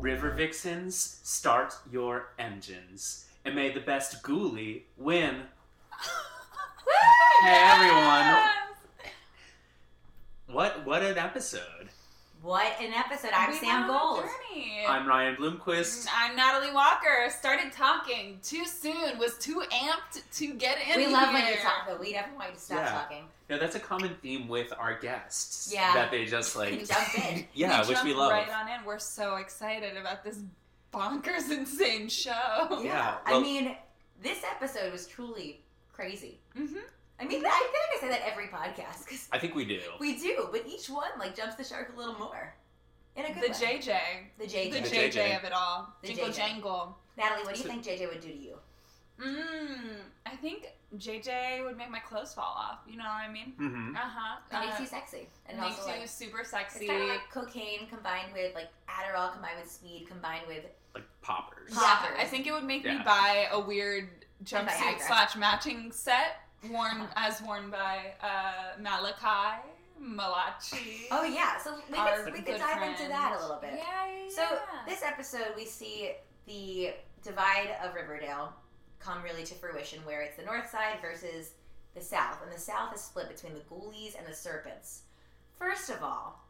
River Vixens, start your engines. And may the best ghoulie win. Hey, everyone. What what an episode. What an episode. I'm We Sam went on a Gold. journey. I'm Ryan Bloomquist. I'm Natalie Walker. Started talking too soon. Was too amped to get in. We love when you here. talk, but we never want you to stop Yeah. talking. Now that's a common theme with our guests. Yeah. That they just You like jump in. Yeah, You which we jumped love. Right on in. We're so excited about this bonkers, insane show. Yeah, I well- mean, this episode was truly crazy. Mm-hmm. I mean, I feel like I say that every podcast because I think we do. we do, but each one like jumps the shark a little more. In a good The way. JJ. The The JJ. The JJ. JJ. of it all. The Jingle JJ. jangle. Natalie, what do you So- think JJ would do to you? Mm, I think JJ would make my clothes fall off. You know what I mean? Mm-hmm. Uh-huh. It Uh makes you sexy. And makes also, like, you super it's sexy. kind of like cocaine combined with like Adderall combined with speed combined with Like poppers. Pop- Yeah, Poppers. I think it would make Yeah. me buy a weird And Viagra. jumpsuit slash matching set worn as worn by uh, Malachi Malachi. Oh yeah, so we our could, we could good dive into friend. that a little bit. Yeah, yeah. So yeah. this episode, we see the divide of Riverdale come really to fruition, where it's the North Side versus the South, and the South is split between the Ghoulies and the Serpents. First of all,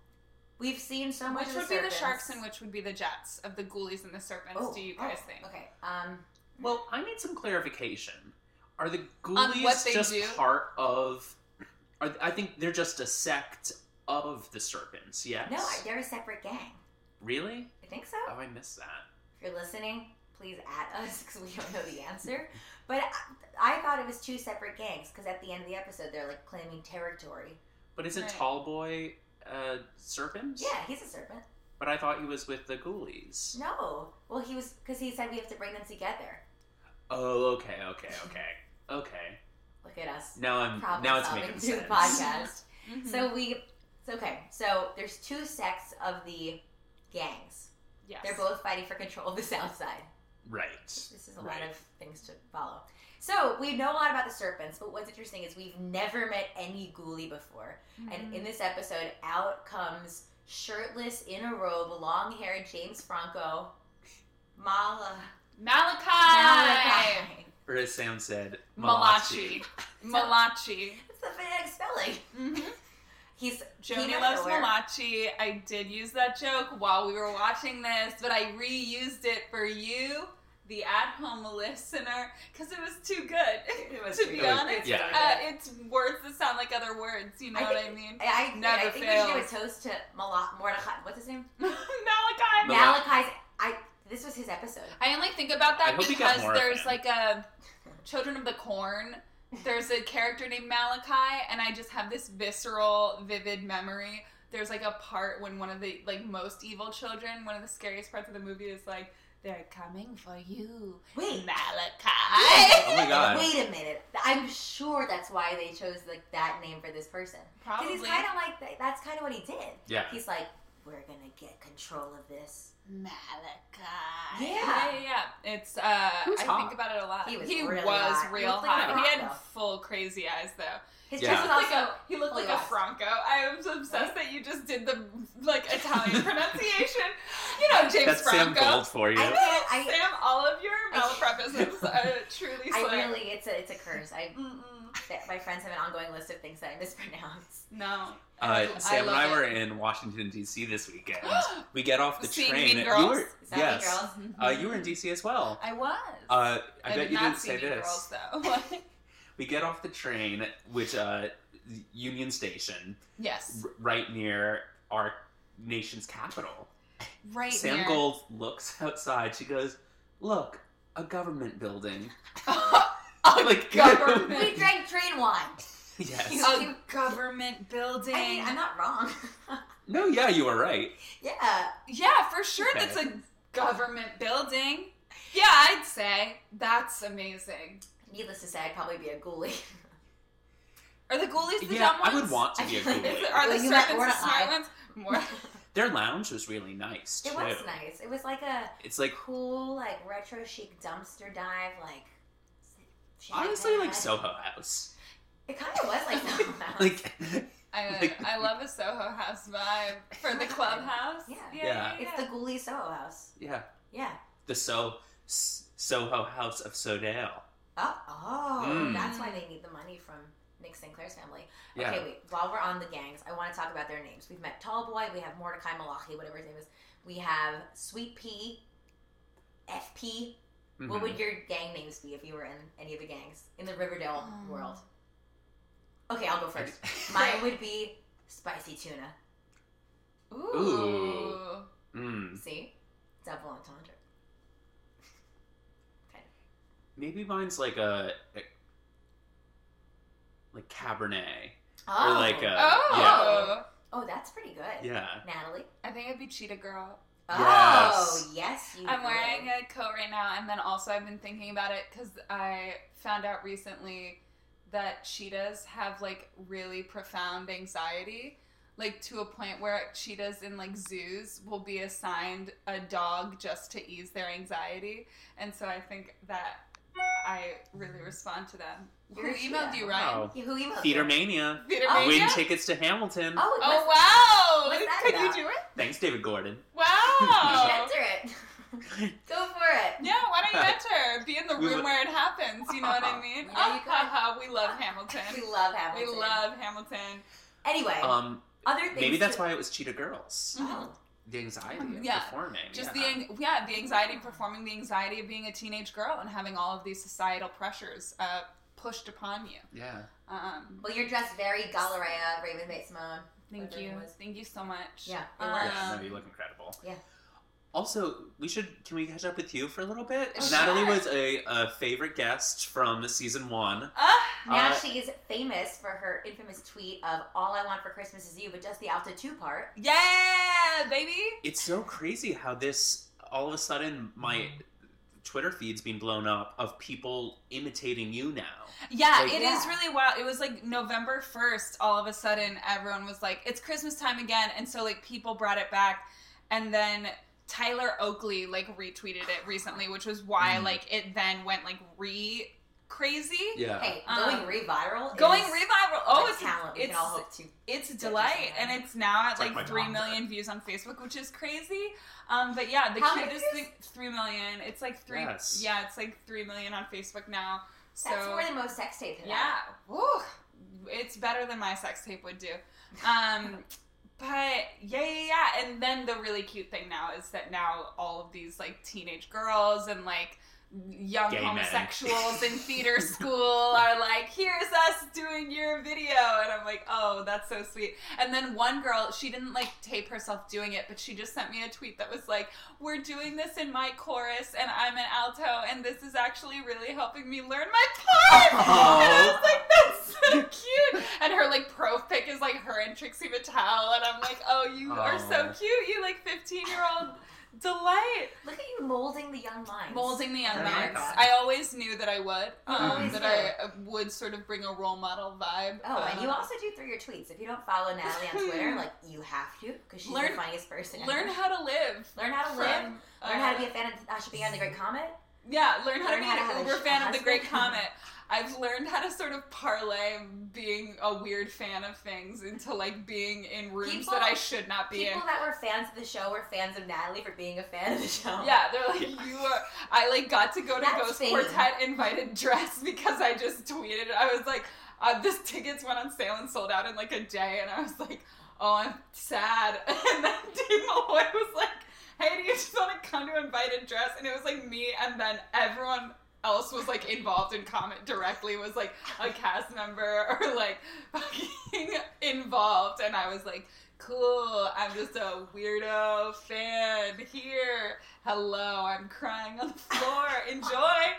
we've seen so much. which of would be the sharks Serpents- and which would be the jets of the ghoulies and the serpents? Oh, do you guys oh, think? Okay. Um, Well, I need some clarification. Are the what ghoulies they just do? part of? Are, I think they're just a sect of the serpents. Yes. no, I- they're a separate gang. Really? I think so. Oh, I missed that. If you're listening, please at us because we don't know the answer. But I, I thought it was two separate gangs because at the end of the episode, they're like claiming territory. But isn't Right. Tallboy a serpent? Yeah, he's a serpent. uh, But I thought he was with the ghoulies. No. Well, he was because he said we have to bring them together. Oh, okay, okay, okay, okay. Look at us. Now I'm Problem now it's solving making through sense. the podcast. Mhm. So we. It's okay. So there's two sects of the gangs. yes. They're both fighting for control of the South Side. Right. This is a Right. lot of things to follow. So we know a lot about the serpents, but what's interesting is we've never met any ghoulie before. Mm-hmm. And in this episode, out comes shirtless, in a robe, long haired James Franco, Mala. Malachi, Malachi. Or as Sam said, Malachi. Malachi, Malachi. That's the phonetic spelling. Mhm. He's Joni Came out loves of nowhere. Malachi. I did use that joke while we were watching this, but I reused it for you, the at-home listener, because it was too good. It was to too be good. honest, Yeah. uh, it's words that sound like other words. You know I what I think- mean? I, I, Never I think we fails. should do a toast to Mala- Mordecai. What's his name? Malachi. Mal- Malachi's. I. This was his episode. I only think about I that hope he got because more of there's him. like a Children of the Corn. There's a character named Malachi, and I just have this visceral, vivid memory. There's like a part when one of the like most evil children, one of the scariest parts of the movie is like, they're coming for you, Wait. Malachi. Oh my god. Wait a minute. I'm sure that's why they chose like that name for this person. Because Probably. he's kind of like that's kind of what he did. Yeah. He's like, we're gonna get control of this. Malachi. Yeah. yeah, yeah, yeah. It's uh, I He's hot. think about it a lot. He was he really was hot. He real looked like a hot. He had rock, though. full crazy eyes though. His Yeah. chest He was looked also like a, he looked fully like a waxed. Franco. I was obsessed Right? that you just did the like Italian pronunciation. You know, James That's Sam Franco. Gold for you. Uh, I can't. I, Sam, all of your I- malaprepisms are truly I slick. really. It's a. It's a curse. I. Mm-mm. that My friends have an ongoing list of things that I mispronounce. No. Uh, Sam and love I were it. in Washington D.C. this weekend. we get off the Seeing train. Mean Girls? You were, Is that yes. me, girls? Uh, you were in D.C. as well. I was. Uh, I, bet did you not didn't see say Mean this. Girls, though. We get off the train, which uh, Union Station, yes. r- right near our nation's capital. Right Sam near. Gold looks outside. She goes, "Look, a government building." Like- government. We drank train wine. Yes. a government building. I mean, I'm not wrong. No. Yeah, you were right. yeah. Yeah, for sure. Okay. That's a government building. Yeah, I'd say that's amazing. Needless to say, I'd probably be a ghoulie. Are the ghoulies the yeah, dumb I ones? would want to I be a feel like ghoulie. Is it- are Well, the you met serpents the Mordecai. smart ones? More. Their lounge was really nice too. It was nice. It was like a It's like cool, like retro chic dumpster dive, like. honestly like shed. Soho House. It kind of was like Soho House. Like I, uh, Like- I love a Soho House vibe for the clubhouse. Yeah. yeah, Yeah. yeah, It's the Ghoulie Soho House. Yeah, Yeah. the so S- Soho House of Sodale. Oh, oh Mm. that's why they need the money from Nick Sinclair's family. Yeah, Okay, wait. While we're on the gangs, I want to talk about their names. We've met Tallboy. We have Mordecai Malachi, whatever his name is. We have Sweet P, FP. What Mhm. would your gang names be if you were in any of the gangs in the Riverdale Um. world? Okay, I'll Mm-hmm. go first. Mine would be Spicy Tuna. yeah. Ooh. Mm. See, double entendre. Maybe mine's like a, like Cabernet Oh, or like a Oh. oh, that's pretty good. yeah yeah. Natalie. I think I'd be Cheetah Girl. Oh, yes, you. I'm would. wearing a coat right now, and then also I've been thinking about it because I found out recently that cheetahs have like really profound anxiety, like to a point where cheetahs in like zoos will be assigned a dog just to ease their anxiety, and so I think that I really respond to them. You're Who a emailed cheetah. you, Ryan? Wow. Yeah, Who emailed Oh. Theater you? Mania. Peter Oh, Mania? Win tickets to Hamilton. Oh, it was- Oh wow! what's that Could about? you do it? Thanks, David Gordon. You should Wow! enter it. Go for it. Yeah, why don't you enter? Be in the We room would- where it happens. You know what I mean? You know Ah, you could. ha, ha, we love Hamilton. We love Hamilton. We love Hamilton. Anyway, Um, other things. maybe that's to- why it was Cheetah Girls. Oh, The anxiety of Yeah. performing. Just yeah. the ang- yeah, the anxiety of performing, the anxiety of being a teenage girl, and having all of these societal pressures uh, pushed upon you. yeah. Um, well, you're dressed very Galleria, Raven Bates Simone. thank Whatever it you, was. thank you so much. Yeah, it Um, works. Yeah, no, you look incredible. Yeah. Also, we should can we catch up with you for a little bit? Sure. Natalie was a, a favorite guest from season one. Ah, Now Uh, she's famous for her infamous tweet of "All I want for Christmas is you," but just the Alta Two part. yeah, baby. It's so crazy how this all of a sudden my Twitter feed's been blown up of people imitating you now. Yeah, Like- it is Yeah. really wild. It was like November 1st, all of a sudden, everyone was like, it's Christmas time again. And so, like, people brought it back. And then Tyler Oakley, like, retweeted it recently, which was why, Mm. like, it then went, like, re crazy. Yeah. Hey, Um, going re-viral. Going is revival. Oh, a it's talent. we can it's- all hope to. it's a That delight, doesn't and matter. it's now at It's like like, my three mom million views on Facebook, which is crazy. Um, but yeah, the How many cutest views? thing, three million. It's like three. Yes. Yeah, it's like three million on Facebook now. So That's more than most sex tape. had. yeah, Woo. it's better than my sex tape would do. Um, but yeah, yeah, yeah. And then the really cute thing now is that now all of these like teenage girls and like young Gay men. homosexuals in theater school are like, here's us doing your video, and I'm like, oh, that's so sweet. And then one girl, she didn't like tape herself doing it, but she just sent me a tweet that was like, we're doing this in my chorus, and I'm an alto, and this is actually really helping me learn my part. And I was like, that's so cute. And her like pro pic is like her and Trixie Mattel, and I'm like, oh, you are so Oh. cute. You like 15 year old delight Look at you molding the young minds. molding the young Oh my man. God. Mm-hmm. I always knew that I would, um, always that did. I uh, would sort of bring a role model vibe. Oh, and you Um, also do through your tweets. If you don't follow Natalie on Twitter, like you have to, because she's Learn- the funniest person. ever. learn how to live. learn how to from, live. uh, Learn how to be a fan of Asha Bean and the Great Comet. Yeah, learn how Learn to how to be an have a uber sh- fan a of the Great husband. Comet. I've learned how to sort of parlay being a weird fan of things into like being in rooms People- that I should not be People in. that were fans of the show were fans of Natalie for being a fan of the show. Yeah, they're like Yeah. you are. I like got to go to That's Ghost fame. Quartet invited dress because I just tweeted. I was like, uh, this tickets went on sale and sold out in like a day, and I was like, oh, I'm sad. And then Dave Malloy was like, hey, do you just want to come to invited dress? And it was like me, and then everyone else was like involved in comment directly was like a cast member or like fucking involved and i was like cool i'm just a weirdo fan here hello i'm crying on the floor enjoy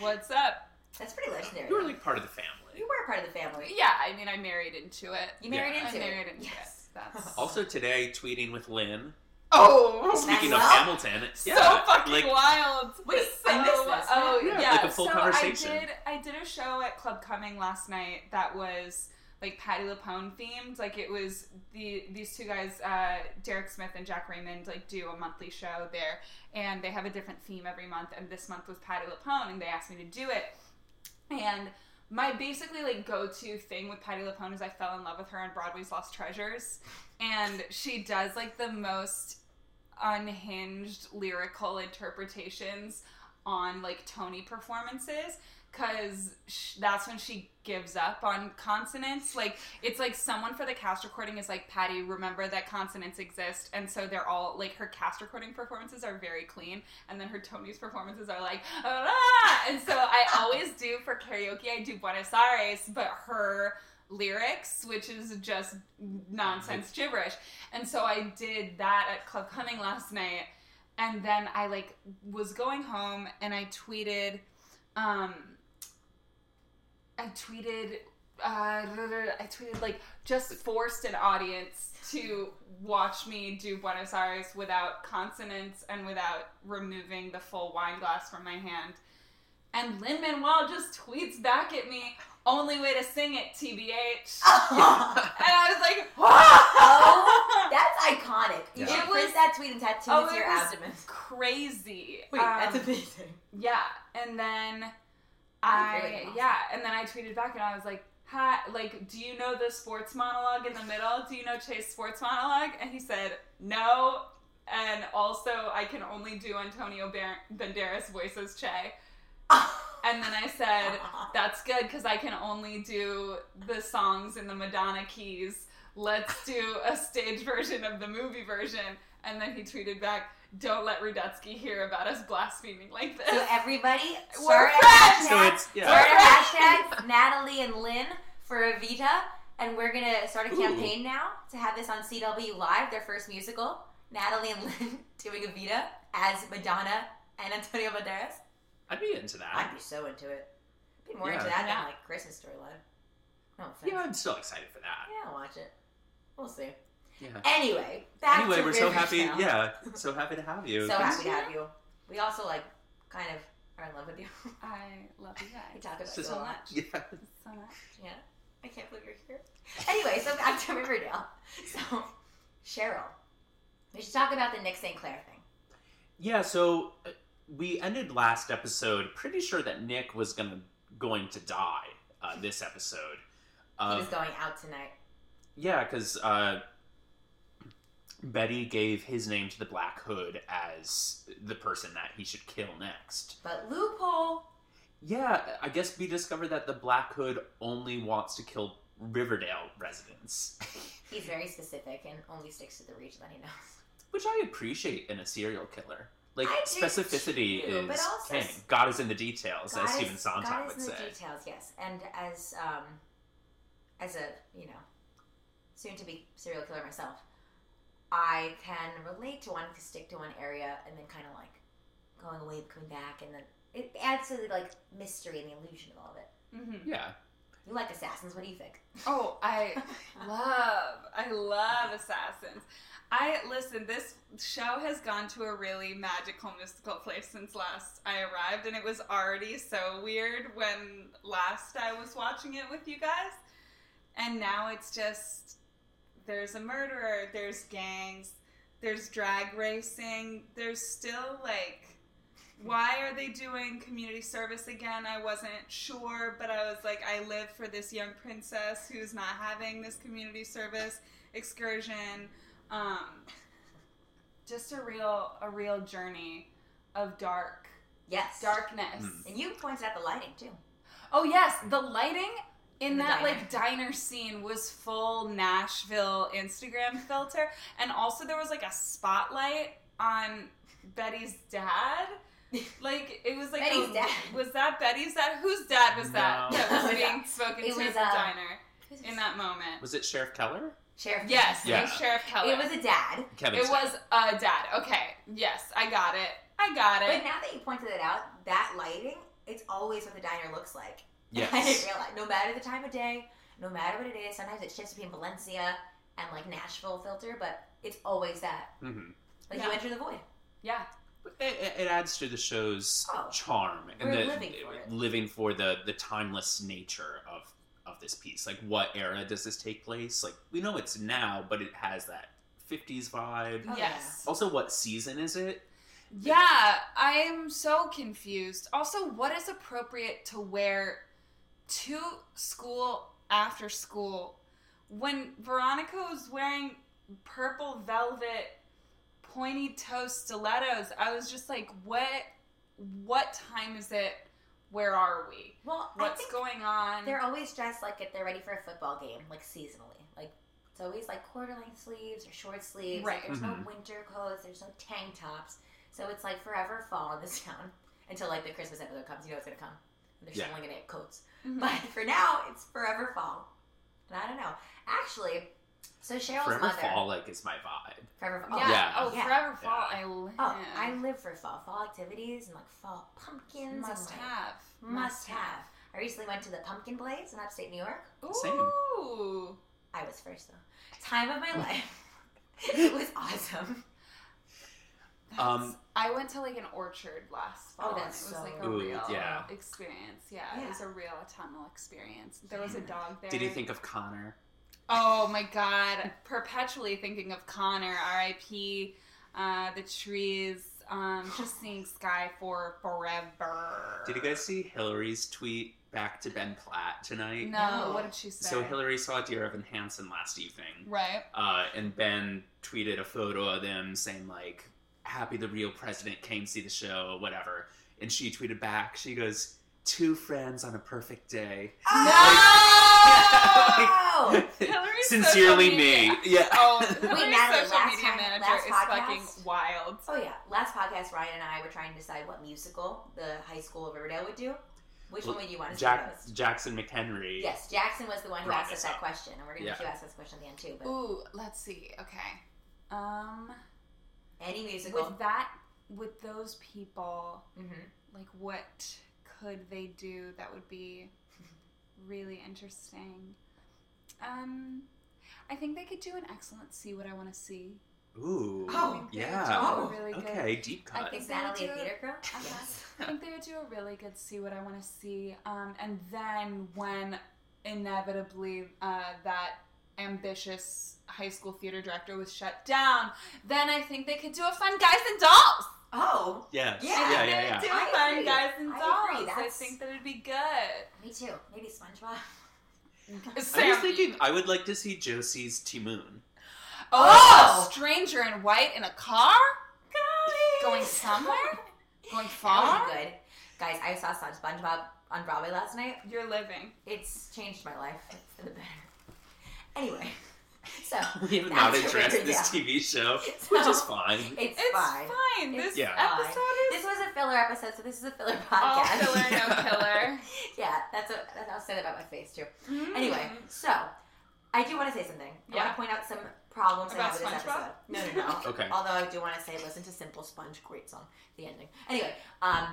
what's up That's pretty legendary. You were like part of the family. You were part of the family. yeah i mean i married into it You married i into married it. into yes. it that's Also today, tweeting with Lynn. oh Speaking Maxwell? of Hamilton, so yeah, fucking like wild. Wait, so, I missed this. Oh Yeah, yeah, like a full so conversation. I did. I did a show at Club Coming last night that was like Patty Lapone themed. Like it was the these two guys, uh, Derek Smith and Jack Raymond, like do a monthly show there, and they have a different theme every month. And this month was Patty Lapone, and they asked me to do it. And my basically like go-to thing with Patty LaPone is I fell in love with her on Broadway's Lost Treasures, and she does like the most unhinged lyrical interpretations on like Tony performances because sh- that's when she gives up on consonants. Like it's like someone for the cast recording is like Patty, remember that consonants exist, and so they're all like her cast recording performances are very clean, and then her Tony's performances are like ah! and so I always do for karaoke I do Buenos Aires, but her lyrics which is just nonsense gibberish and so i did that at club coming last night and then i like was going home and i tweeted um I tweeted, uh, I tweeted like just forced an audience to watch me do Buenos Aires without consonants and without removing the full wine glass from my hand. And Lin Manuel just tweets back at me, "Only way to sing it, tbh." Oh, and I was like, that's iconic. You Yeah. should It print was- that tweet and tattoo Oh, it to it your was- abdomen. crazy. Wait, that's Um, amazing. Yeah, and then I I really lost yeah, and then I tweeted back and I was like, "Hi, like, do you know the sports monologue in the middle? Do you know Chase sports monologue?" And he said, "No." And also, I can only do Antonio Bar- Banderas voices Che. And then I said, "That's good because I can only do the songs in the Madonna keys. Let's do a stage version of the movie version." And then he tweeted back, "Don't let Rudetzky hear about us blaspheming like this." so everybody, We're start a friends! hashtag. So it's yeah. Start a hashtag Natalie and Lynn for Evita, and we're gonna start a Ooh. campaign now to have this on CW Live, their first musical. Natalie and Lynn doing Evita as Madonna and Antonio Banderas. I'd be into I'd that. be so into it. I'd be more Yeah. into that Yeah. than like Christmas storyline. No offense. Yeah, I'm still excited for that. Yeah, I'll watch it. We'll see. Yeah. Anyway, back anyway, to we're so Riverdale. happy. Yeah, so happy to have you. So Thanks- happy to have you. We also like kind of are in love with you. I love you guys. We talk about Sis- so much. Yeah. So much. Yeah. I can't believe you're here. Anyway, so back to Riverdale. So, Cheryl. We should talk about the Nick St. Clair thing. Yeah, so uh, we ended last episode pretty sure that Nick was gonna going to die uh, this episode. He Uh, was going out tonight. yeah, because uh, Betty gave his name to the Black Hood as the person that he should kill next. But loophole. Yeah, I guess we discovered that the Black Hood only wants to kill Riverdale residents, He's very specific and only sticks to the region that he knows. which I appreciate in a serial killer. Like I do specificity too, is but also king. s- God is in the details, God as is- Stephen Sondheim God would is in say. the details, yes. And as um, as a you know, soon to be serial killer myself, I can relate to wanting to stick to one area and then kind of like going away, and coming back, and then it adds to the like mystery and the illusion of all of it. Mm-hmm. Yeah. You like assassins? What do you think? Oh, I love, I love Assassins. I listen. This show has gone to a really magical, mystical place since last I arrived, and it was already so weird when last I was watching it with you guys. And now it's just there's a murderer, there's gangs, there's drag racing, there's still like. Why are they doing community service again? I wasn't sure, but I was like, I live for this young princess who's not having this community service excursion. Um, just a real, a real journey of dark Yes. darkness. Mm. And you pointed out the lighting too. Oh yes, the lighting in The that diner. like diner scene was full Nashville Instagram filter, and also there was like a spotlight on Betty's dad. Like it was like Betty's a- dad. Was that Betty's dad? Whose dad was that No. that was It was, being spoken it to was, at the uh, diner in that moment? Was it Sheriff Keller? sheriff. Yes, Yeah. it was Sheriff Keller. It was a dad. Kevin. It was a dad. Okay, yes, I got it. I got But it. now that you pointed it out, that lighting, it's always what the diner looks like. I didn't Yes. realize. No matter the time of day, no matter what it is, sometimes it shifts between Valencia and like Nashville filter, but it's always that. hmm Like Yeah. you enter the void. Yeah, It, it- it adds to the show's Oh. charm and We're the, living for it. living for the the timeless nature of of this piece. Like, what era does this take place? Like, we know it's now, but it has that '50s vibe. Oh, yes. Also, what season is it? Yeah, I am so confused. Also, what is appropriate to wear to school after school when Veronica was wearing purple velvet pointy toe stilettos. I was just like, what? What time is it? Where are we? Well, I What's think going on? they're always dressed like if they're ready for a football game, like seasonally. Like it's always like quarter length sleeves or short sleeves. Like, Right. there's Mhm. no winter coats. There's no tank tops. So it's like forever fall in this town until like the Christmas episode comes. You know it's gonna come. And they're Yeah. suddenly gonna get coats. Mhm. But for now, it's forever fall. And I don't know. Actually, so Cheryl's Forever mother. Fall like is my vibe. Forever fall. yeah. Yeah. Oh, Yeah. Forever Fall. Yeah. I live. Oh, I live for fall. Fall activities and like fall pumpkins. and, must like, have. Must have. I recently went to the Pumpkin Blaze in upstate New York. Same. Ooh. I was first though. Time of my life. it was awesome. That's- Um, I went to like an orchard last Oh, fall. and that's it was so- like a Ooh, real yeah. experience. Yeah, Yeah. it was a real autumnal experience. There was a Yeah. dog there. Did you think of Connor? Oh my god! Perpetually thinking of Connor, R.I.P. Uh, the trees. Um, just seeing sky for forever. Did you guys see Hillary's tweet back to Ben Platt tonight? No. No. What did she say? So Hillary saw Dear Evan Hansen last evening, Right. uh, and Ben tweeted a photo of them saying like, "Happy the real president came see the show, whatever." And she tweeted back, she goes, two friends on a perfect day." Oh! Hillary's Sincerely social me, media- yeah. Oh, Hillary's Natalie, social last media time- manager last is podcast- fucking wild. oh yeah. Last podcast, Ryan and I were trying to decide what musical the high school of Riverdale would do. Which Well, one would you want to see Jack most? Jackson McHenry. Yes, Jackson was the one who Brought asked us this that up. question, and we're gonna Yeah. make you ask us a question at the end too. But Ooh, let's see. Okay. Um, any musical, with that, with those people, hmm like, what could they do that would be really interesting? Um, I think they could do an excellent "See What I Want to See." Ooh. I Oh, think they would yeah. do a Oh, really good- okay, deep I cut. think is Natalie a Xanadu- theater girl? Uh-huh. Yes. I think they would do a really good see what I want to see. Um, and then when inevitably uh, that ambitious high school theater director was shut down, then I think they could do a fun Guys and Dolls. Oh, Yes. Yeah. I yeah, think yeah, they yeah. would do I a fun agree. Guys and I agree. Dolls. I That's- think that would be good. me too. Maybe SpongeBob. I was Sam- thinking I would like to see Josie's Timoon. oh, Oh. a stranger in white in a car going somewhere, going That would far. be good. Guys, I saw Sponge- SpongeBob on Broadway last night. You're living. It's changed my life for the better. Anyway, so We have not Oh, That's addressed weird, this yeah. TV show, So- which is fine. it's, It's fine. fine. This It's Yeah. fine. episode is This was a filler episode, so this is a filler all podcast. filler, no killer. yeah, that's what that's what I'll say about my face too. Anyway, Mm. so I do want to say something. I Yeah. want to point out some problems I About have with this SpongeBob? episode. No, no, no. Okay. Although I do want to say, listen to Simple Sponge, great song, the ending. Anyway, um,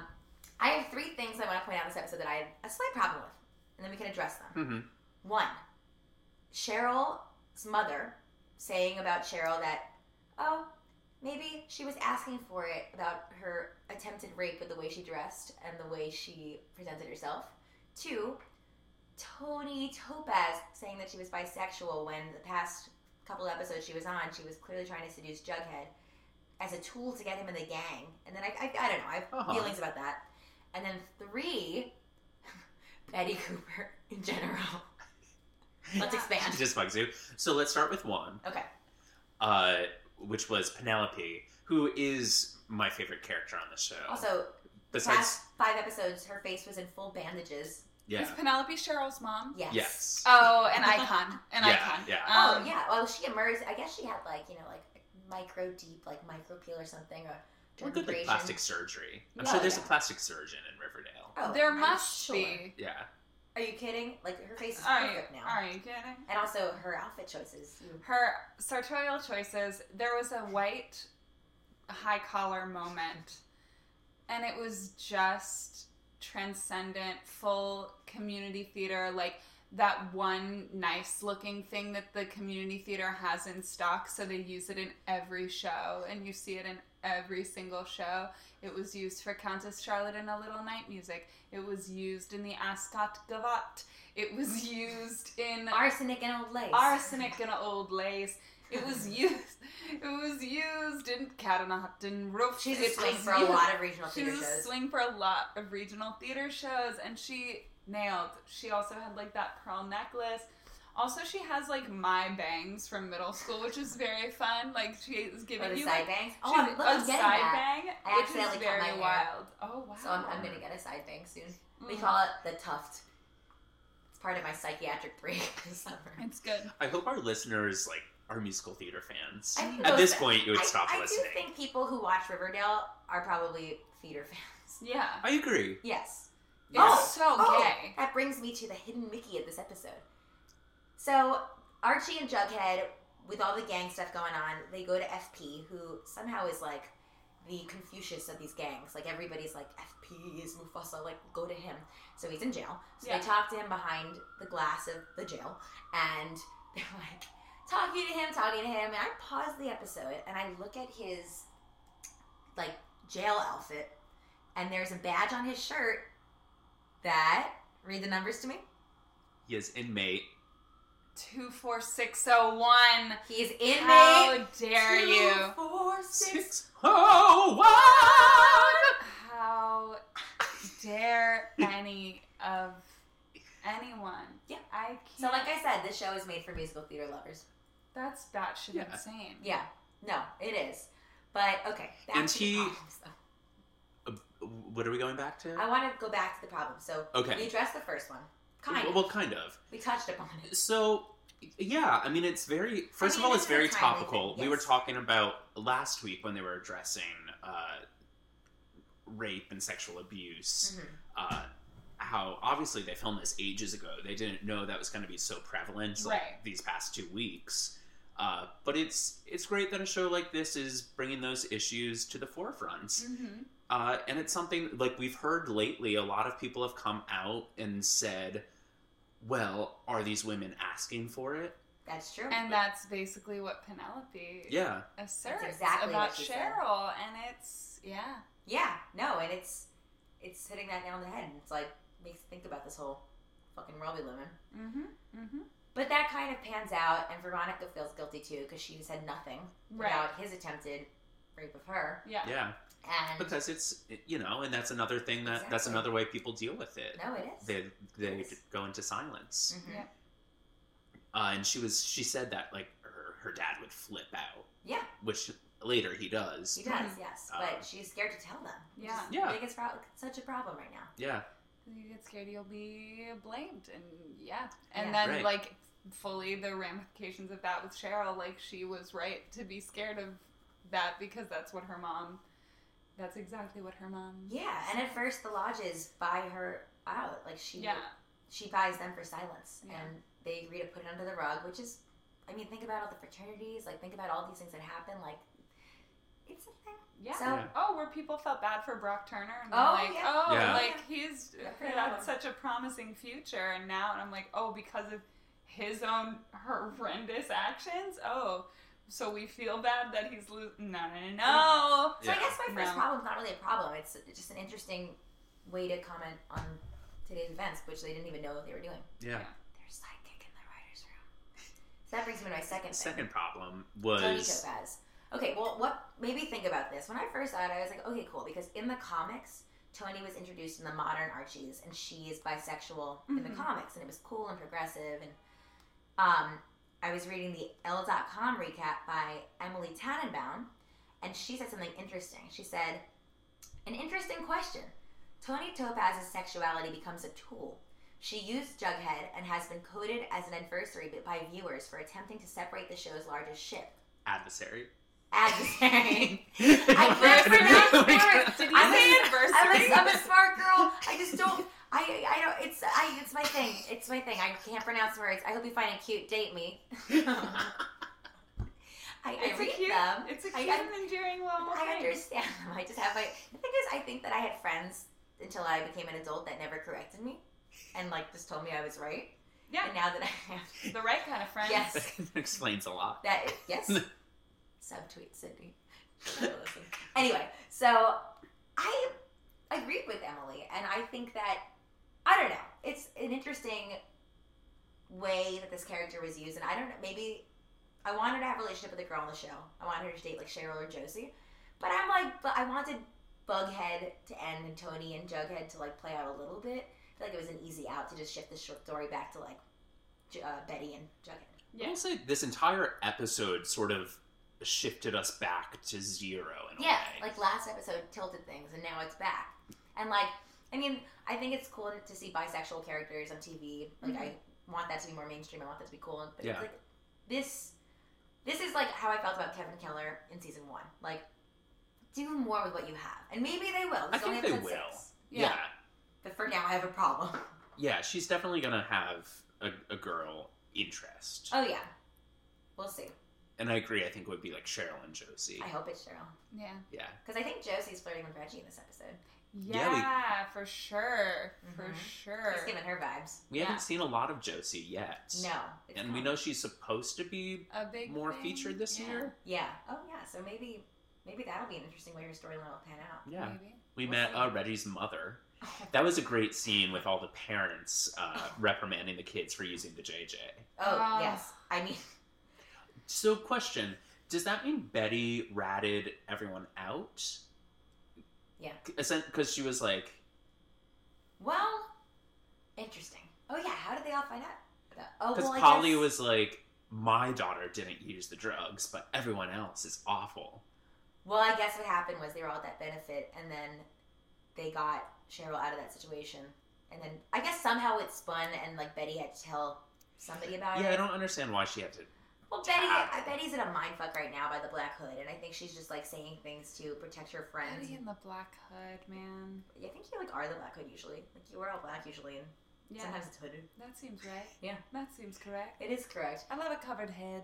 I have three things I want to point out in this episode that I had a slight problem with, and then we can address them. hmm One, Cheryl's mother saying about Cheryl that, oh, maybe she was asking for it about her attempted rape with the way she dressed and the way she presented herself. Two, Tony Topaz saying that she was bisexual when the past couple of episodes she was on, she was clearly trying to seduce Jughead as a tool to get him in the gang. And then I, I, I don't know, I have Uh-huh. feelings about that. And then three, Betty Cooper in general. Let's expand. Just bugs you. So let's start with one, Okay. uh, which was Penelope, who is my favorite character on the show. Also, Besides, past five episodes, her face was in full bandages. Is yeah, Penelope Cheryl's mom? Yes. yes, Oh, an icon. An Yeah, icon. yeah. oh Um, yeah. Well, she emerged. I guess she had like you know like micro deep like micro peel or something or we're good like dermabrasion. plastic surgery. I'm Yeah, sure there's yeah. a plastic surgeon in Riverdale. Oh, There I'm must sure. be. Yeah, Are you kidding? Like her face is Are you, perfect now. are you kidding? And also her outfit choices. You- Her sartorial choices, there was a white high collar moment, and it was just transcendent, full community theater, like that one nice looking thing that the community theater has in stock. So they use it in every show, and you see it in every single show. It was used for Countess Charlotte in A Little Night Music, it was used in the Ascot Gavotte, it was used in Arsenic and old lace. arsenic in an old lace. It was used. It was used in Cat on a Hot Tin Roof. She's a It swing was for a used- lot of regional theater She's a shows. swing for a lot of regional theater shows, and she nailed. She also had like that pearl necklace. Also, she has like my bangs from middle school, which is very fun. Like she is Or giving the you side like bangs. she's Oh, I'm a looking side getting that. bang, I which is accidentally cut very my hair. wild. Oh wow! So I'm, I'm gonna get a side bang soon. We Mm. call it the tuft. It's part of my psychiatric break this summer. It's good. I hope our listeners like are musical theater fans. I think At those- this point, you would I, stop I listening. do think people who watch Riverdale are probably theater fans. Yeah. I agree. Yes. It's Oh, so gay. That brings me to the hidden Mickey of this episode. So Archie and Jughead, with all the gang stuff going on, they go to FP, who somehow is like the Confucius of these gangs. Like everybody's like FP is Mufasa, like go to him. So he's in jail. So Yeah. they talk to him behind the glass of the jail, and they're like talking to him, talking to him. And I pause the episode and I look at his like jail outfit, and there's a badge on his shirt that read the numbers to me. He is inmate. Two four six oh one. He is inmate. How dare two, you? Four, six. Six oh one. How dare any of anyone? Yeah. I can't. So, like I said, this show is made for musical theater lovers. that's batshit Yeah. insane. Yeah, no, it is. But okay, back And to the he- problems, though. What are we going back to? I want to go back to the problem. So we Okay. addressed the first one, kind of. Well, kind of. we touched upon it. So, yeah, I mean, it's very. First of mean, all, it it's is a very timely thing, topical. We yes. were talking about last week when they were addressing uh, rape and sexual abuse. Mhm. Uh, how obviously they filmed this ages ago. They didn't know that was going to be so prevalent like, Right. these past two weeks. Uh, but it's it's great that a show like this is bringing those issues to the forefront. Mhm. Uh, and it's something like we've heard lately, a lot of people have come out and said, well, are these women asking for it? That's true. And that's basically what Penelope Yeah. asserts That's exactly about what she said. Cheryl, and it's yeah. yeah, no, and it's it's hitting that nail on the head. and It's like makes you think about this whole fucking world we live in. Mm-hmm. Mm-hmm. But that kind of pans out, and Veronica feels guilty too because she said nothing Right. about his attempted rape of her. Yeah. Yeah. And Because it's, you know, and that's another thing that that's Exactly. another way people deal with it. no, it is. They, they Yes. Mm-hmm. go into silence. Mhm. Yeah. Uh, and she was, she said that like her, her dad would flip out, Yeah, which later he does. she does. Yes, Uh, but she's scared to tell them. which is Yeah. the Yeah. biggest problem. Such a problem right now. Yeah. You get scared, you'll be blamed, and yeah. And Yeah. then Right. like fully the ramifications of that with Cheryl, like she was right to be scared of that because that's what her mom. That's exactly what her mom. Yeah, and at first the lodges buy her out. Like she Yeah. she buys them for silence, Yeah. and they agree to put it under the rug, which is, I mean, think about all the fraternities. Like think about all these things that happen. Like it's a thing. Yeah. So Yeah. Oh, where people felt bad for Brock Turner and Oh, oh, like, yeah. oh, Yeah. like he's Yeah, for had that such a promising future, and now, and I'm like, oh, because of his own horrendous actions. Oh, so we feel bad that he's losing. No, no, no, no. So I Yeah. guess my No. first problem's not really a problem. It's just an interesting way to comment on today's events, which they didn't even know they were doing. Yeah. They're sidekick in the writers' room. So that brings me to my second thing. Second problem Tony was, Topaz. Okay, well, what made me think about this? When I first saw it, I was like, okay, cool, because in the comics, Tony was introduced in the modern Archies, and she is bisexual in the Mhm. comics, and it was cool and progressive. And um, I was reading the L.com recap by Emily Tannenbaum, and she said something interesting. She said, an interesting question. Tony Topaz's sexuality becomes a tool. She used Jughead and has been coded as an adversary by viewers for attempting to separate the show's largest ship adversary. adversary. Adversary. Did you I'm say a- adversary? I'm a, I'm a smart girl. I just don't. I I don't. It's I. It's my thing. It's my thing. I can't pronounce words. I hope you find it cute. Date me. I, I It's a read cute, them. it's a I- cute I- and endearing little I thing. understand them. I just have my. The thing is, I think that I had friends until I became an adult that never corrected me, and like just told me I was right. Yeah. And now that I have The right kind of friends. Yes. explains a lot. That is, yes. Subtweet Sydney. anyway, so I agreed with Emily, and I think that I don't know. It's an interesting way that this character was used, and I don't know. Maybe I wanted to have a relationship with a girl on the show. I wanted her to date like Cheryl or Josie, but I'm like, but I wanted Bughead to end and Tony and Jughead to like play out a little bit. feel like it was an easy out to just shift the short story back to like J- uh, Betty and Jughead. I'll say this entire episode sort of shifted us back to zero in a Yeah, way. like last episode tilted things, and now it's back. And like, I mean, I think it's cool to see bisexual characters on TV. Like, I want that to be more mainstream. I want that to be cool. But Mm-hmm. Yeah. it's like this, this is like how I felt about Kevin Keller in season one. Like, do more with what you have, and maybe they will. This is I think only they episode will. six. yeah. yeah, But for now, I have a problem. she's definitely gonna have a, a girl interest, oh yeah, we'll see. and I agree. I think it would be like Cheryl and Josie. I hope it's Cheryl Yeah. yeah, because I think Josie's flirting with Reggie in this episode. Yeah, Yeah, we- for sure. For Mhm. sure. She's giving her vibes. we Yeah. haven't seen a lot of Josie yet. No, it's and we not. know she's supposed to be a big more thing. featured this Yeah. year. Yeah. Oh yeah. So maybe maybe that'll be an interesting way your storyline will pan out. Yeah, Maybe. we Mm-hmm. We'll met see. uh, Reggie's mother. That was a great scene with all the parents uh, reprimanding the kids for using the JJ. Oh Ah. yes. I mean, So, question: Does that mean Betty ratted everyone out? Yeah. because she was like, well, interesting. Oh yeah. How did they all find out? The- Oh, because well, I Polly guess- was like, my daughter didn't use the drugs, but everyone else is awful. Well, I guess what happened was they were all at that benefit, and then they got Cheryl out of that situation, and then I guess somehow it spun, and like Betty had to tell somebody about Yeah, I it. don't understand why she had to. Well, Betty, Ah. I, Betty's in a mind fuck right now by the black hood, and I think she's just like saying things to protect her friends. Betty in the black hood, man. I think you like are the black hood usually. Like you wear all black usually, and Yeah, sometimes it's hooded. that seems right. Yeah. that seems correct. It is correct. I love a covered head.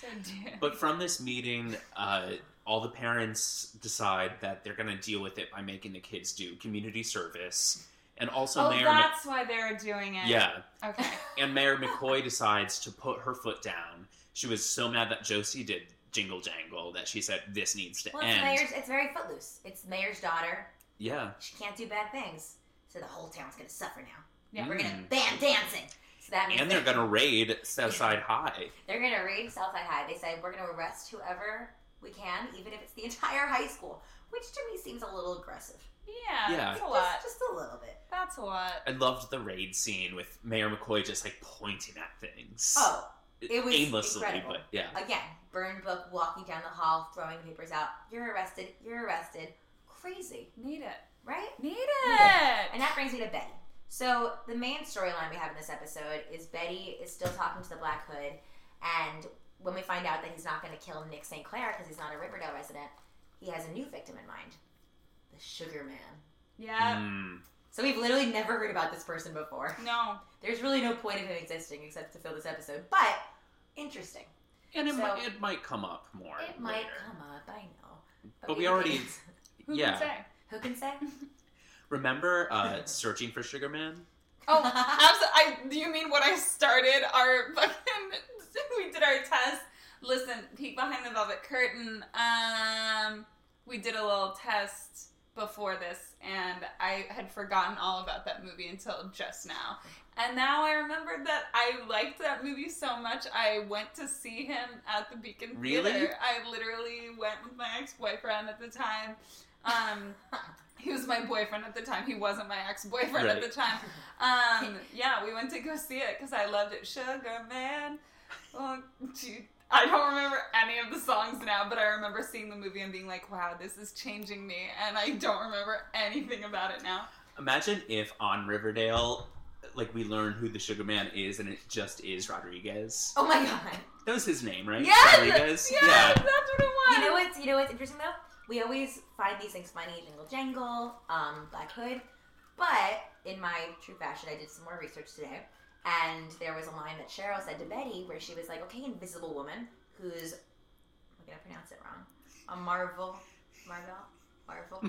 So dear. But from this meeting, uh, all the parents decide that they're going to deal with it by making the kids do community service, and also oh, Mayor. Mc- that's why they're doing it. yeah, Okay. and Mayor McCoy decides to put her foot down. She was so mad that Josie did jingle jangle that she said this needs to well, it's end. mayor's. It's very footloose. It's mayor's daughter. Yeah, She can't do bad things, so the whole town's gonna suffer now. Yeah. We're gonna Mm. ban dancing. So that means and they're gonna raid Southside High. they're gonna raid Southside High. They said we're gonna arrest whoever we can, even if it's the entire high school, which to me seems a little aggressive. Yeah, Yeah. that's a Just- lot. Just, a little bit. That's a lot. I loved the raid scene with Mayor McCoy just like pointing at things. Oh, it was aimlessly, incredible. but yeah. again, burn book, walking down the hall, throwing papers out. You're arrested. You're arrested. Crazy, Need it. right? Need it. And that brings me to Betty. So the main storyline we have in this episode is Betty is still talking to the Black Hood, and when we find out that he's not going to kill Nick St. Clair because he's not a Riverdale resident, he has a new victim in mind, the Sugar Man. yeah. Mm. So we've literally never heard about this person before. No. There's really no point of him existing except to fill this episode, but interesting. And it, So- might, it might come up more. It might later. come up, I know. But we already- can- Who Yeah. can say? who can say? Remember uh, searching for Sugar Man? Oh, abs- I. Do you mean when I started our fucking? we did our test. Listen, peek behind the velvet curtain. Um, we did a little test before this, and I had forgotten all about that movie until just now. And now I remembered that I liked that movie so much. I went to see him at the Beacon Really? Theater. I literally went with my ex-boyfriend at the time. Um, he was my boyfriend at the time. He wasn't my ex-boyfriend at Right. the time. Um, yeah, we went to go see it because I loved it. Sugar Man. Oh, gee. I don't remember any of the songs now, but I remember seeing the movie and being like, wow, this is changing me. And I don't remember anything about it now. Imagine if on Riverdale, like we learn who the Sugar Man is, and it just is Rodriguez. oh my god. That was his name, right? Yes! Rodriguez. Yes, Yeah. that's what it was. You know what's you know what's interesting though? We always find these things funny, jingle jangle, um, black hood. But in my true fashion, I did some more research today, and there was a line that Cheryl said to Betty where she was like, "Okay, Invisible Woman, who's I'm gonna pronounce it wrong, a Marvel, Marvel,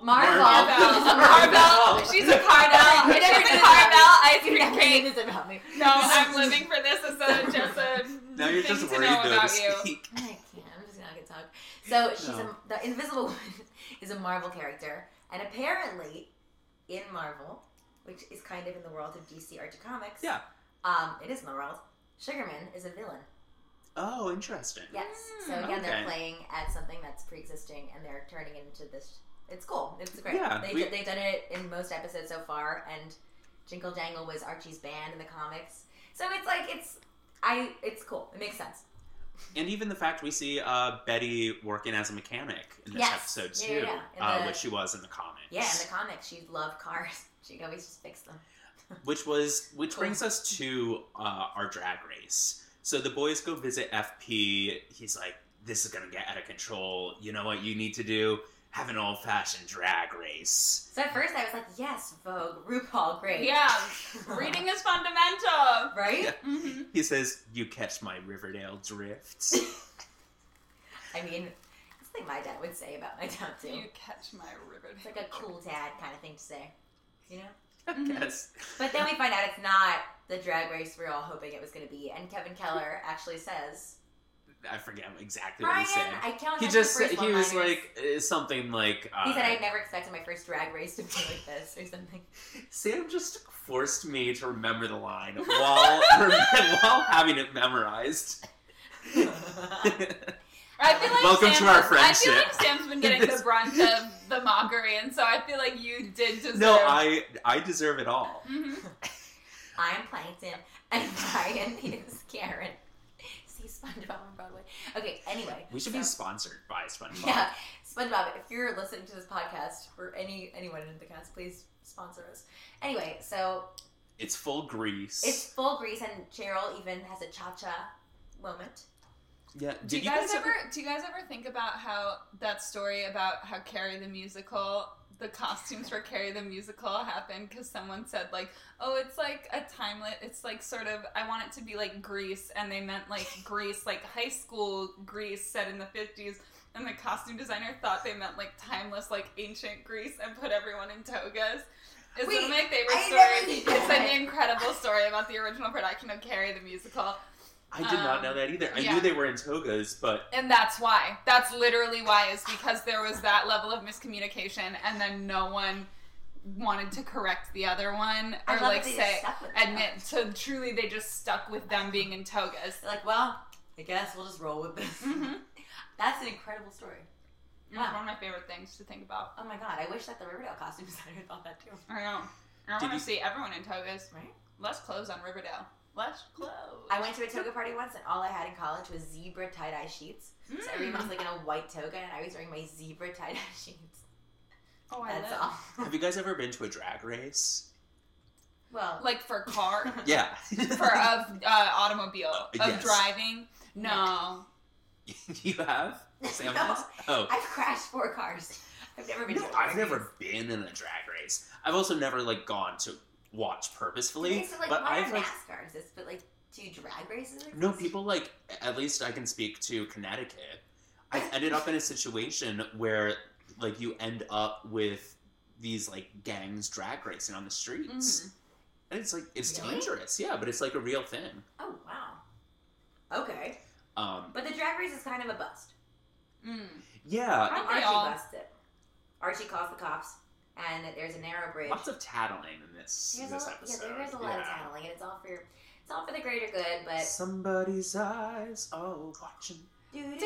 Marvel. Marvel. Carvel. Carvel. She's a Carvel. She's a Carvel ice cream cake. This about me. No, I'm living for this as a just a Now you're thing just to worried know though to about you. speak. I can't. I'm just not gonna talk. So she's No. a, the Invisible Woman is a Marvel character, and apparently, in Marvel, which is kind of in the world of DC Archie Comics, Yeah. um, it is in the world. Sugarman is a villain. Oh, interesting. Yes. So Mm, again, they're okay. playing at something that's pre-existing, and they're turning it into this It's cool. It's great. Yeah, they, we- they've done it in most episodes so far, and Jingle Jangle was Archie's band in the comics. So it's like it's I it's cool. It makes sense. And even the fact we see uh, Betty working as a mechanic in this Yes. episode Yeah, too, yeah, yeah. In Uh, the- which she was in the comics. Yeah, in the comics, she loved cars. She always just fixed them. which was which Cool. brings us to uh, our drag race. So the boys go visit FP. He's like, "This is gonna get out of control. You know what you need to do? Have an old fashioned drag race." So at first I was like, yes, Vogue, RuPaul, great. Yeah, reading is fundamental. right? Yeah. hmm He says, "You catch my Riverdale drifts." I mean, it's like my dad would say about my dad too. You catch my ribbon. It's like a cool dad kind of thing to say, you know. Mhm. yes. But then we find out it's not the drag race we're all hoping it was going to be. And Kevin Keller actually says, I forget exactly "Brian, what he said. I count." He as just the said first he was one-liners." like uh, something like uh, He said, "I never expected my first drag race to be like this or something." Sam just forced me to remember the line while while having it memorized. I feel like Welcome Sam, to our I friendship. feel like Sam's been getting the brunt of the mockery, and so I feel like you did deserve. no, I I deserve it all. Mhm. I'm Plankton, and Brian is Karen. See SpongeBob on Broadway. Okay. Anyway, We should so- be sponsored by SpongeBob. Yeah, SpongeBob. If you're listening to this podcast or any anyone in the cast, please sponsor us. Anyway, so It's full grease. it's full grease, and Cheryl even has a cha cha moment. yeah. Did Do you guys ever? Do you guys ever think about how that story about how Carrie the musical, the costumes for Carrie the musical happened because someone said like, "Oh, it's like a timelet. It's like sort of. I want it to be like Grease," and they meant like Grease, like high school Grease set in the fifties. And the costume designer thought they meant like timeless, like ancient Greece, and put everyone in togas. It's one of Wait, my favorite I never stories. knew that. It's an incredible story about the original production of Carrie the musical. I did not um, know that either. I yeah. knew they were in togas, but And that's why. That's literally why is because there was that level of miscommunication and then no one wanted to correct the other one I or love like that they say just stuck with it, admit so truly they just stuck with them being in togas. though. They're like, well, I guess we'll just roll with this. Mm-hmm. That's an incredible story. Wow. One of my favorite things to think about. Oh my god, I wish that the Riverdale costume designer thought that too. I know. I Did want to you- see everyone in togas. Right? Less clothes on Riverdale. Less clothes. I went to a toga party once, and all I had in college was zebra tie dye sheets. So everyone was like in a white toga, and I was wearing my zebra tie dye sheets. Oh, I That's live. all. have you guys ever been to a drag race? well, Like for car, Yeah. for of uh, automobile, Uh, of yes. driving. No, you have? Sam No. has? Oh. I've crashed four cars. I've never been. No, to a I've drag race. never been in a drag race. I've also never like gone to watch purposefully. Okay, so like, but why I've are like NASCAR exists, but like, do drag races exist? no people like at least I can speak to Connecticut. I've ended up in a situation where like you end up with these like gangs drag racing on the streets. And it's like it's Mm-hmm. Really? dangerous, yeah, but it's like a real thing. Oh wow. Okay, Um but the drag race is kind of a bust. Mm. yeah. Aren't they Archie all- busts it. Archie calls the cops, and there's a narrow bridge. Lots of tattling in this, There's a, this lot- yeah, episode. there is a lot of yeah. tattling, and it's all for it's all for the greater good. But Somebody's eyes oh watching. wait,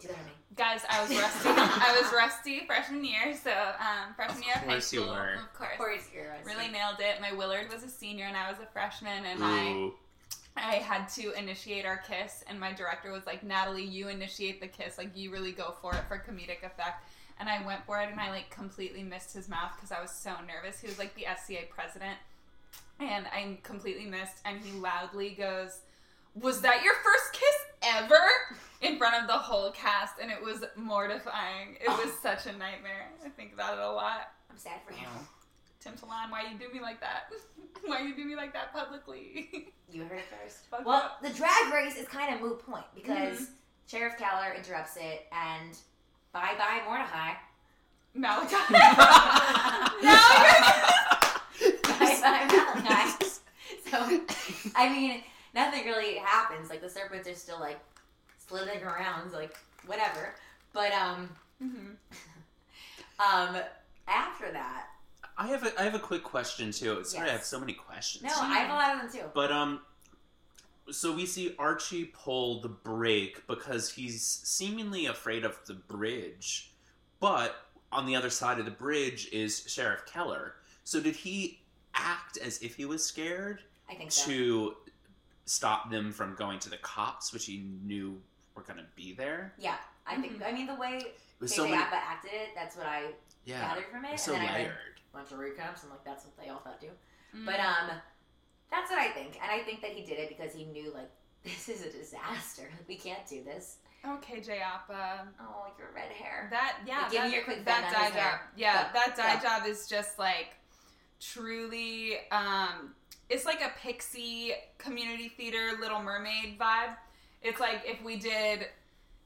do that again. Guys, I was rusty. I was rusty freshman year, so um, freshman Of year of high course you school, were. of course. Of course, you're right. Really nailed it. My Willard was a senior and I was a freshman, and I Ooh. I had to initiate our kiss, and my director was like, "Natalie, you initiate the kiss. Like you really go for it for comedic effect." And I went for it, and I like completely missed his mouth because I was so nervous. He was like the SCA president, and I completely missed. And he loudly goes, "Was that your first kiss ever?" in front of the whole cast, and it was mortifying. It was such a nightmare. I think about it a lot. I'm sad for you. Tim Talon, why you do me like that? why you do me like that publicly? You heard it first. Fuck well, up. the drag race is kind of moot point because Sheriff Keller interrupts it and bye bye Mordecai. Malachi. Now bye Yes. bye Malachi. So, I mean, nothing really happens. Like the serpents are still like slithering around, like whatever. But um, mm-hmm. um, after that, I have a I have a quick question too. Sorry, I Yes. have so many questions. no, I have a lot of them too. But um so we see Archie pull the brake because he's seemingly afraid of the bridge, but on the other side of the bridge is Sheriff Keller. So did he act as if he was scared I think so. to stop them from going to the cops, which he knew were going to be there? Yeah, I think. Mhm. I mean, the way It was JJ so many, Appa acted it, that's what I yeah, gathered from it it. was so and then I layered. read a bunch of recaps and like that's what they all thought too. But um, that's what I think, and I think that he did it because he knew like this is a disaster. We can't do this. okay, Jayappa. Oh, your red hair. That yeah, Like, give that, me your quick that bend on dye his hair. job. Yeah, Go. that dye Go. job is just like truly. um It's like a pixie community theater Little Mermaid vibe. It's like if we did.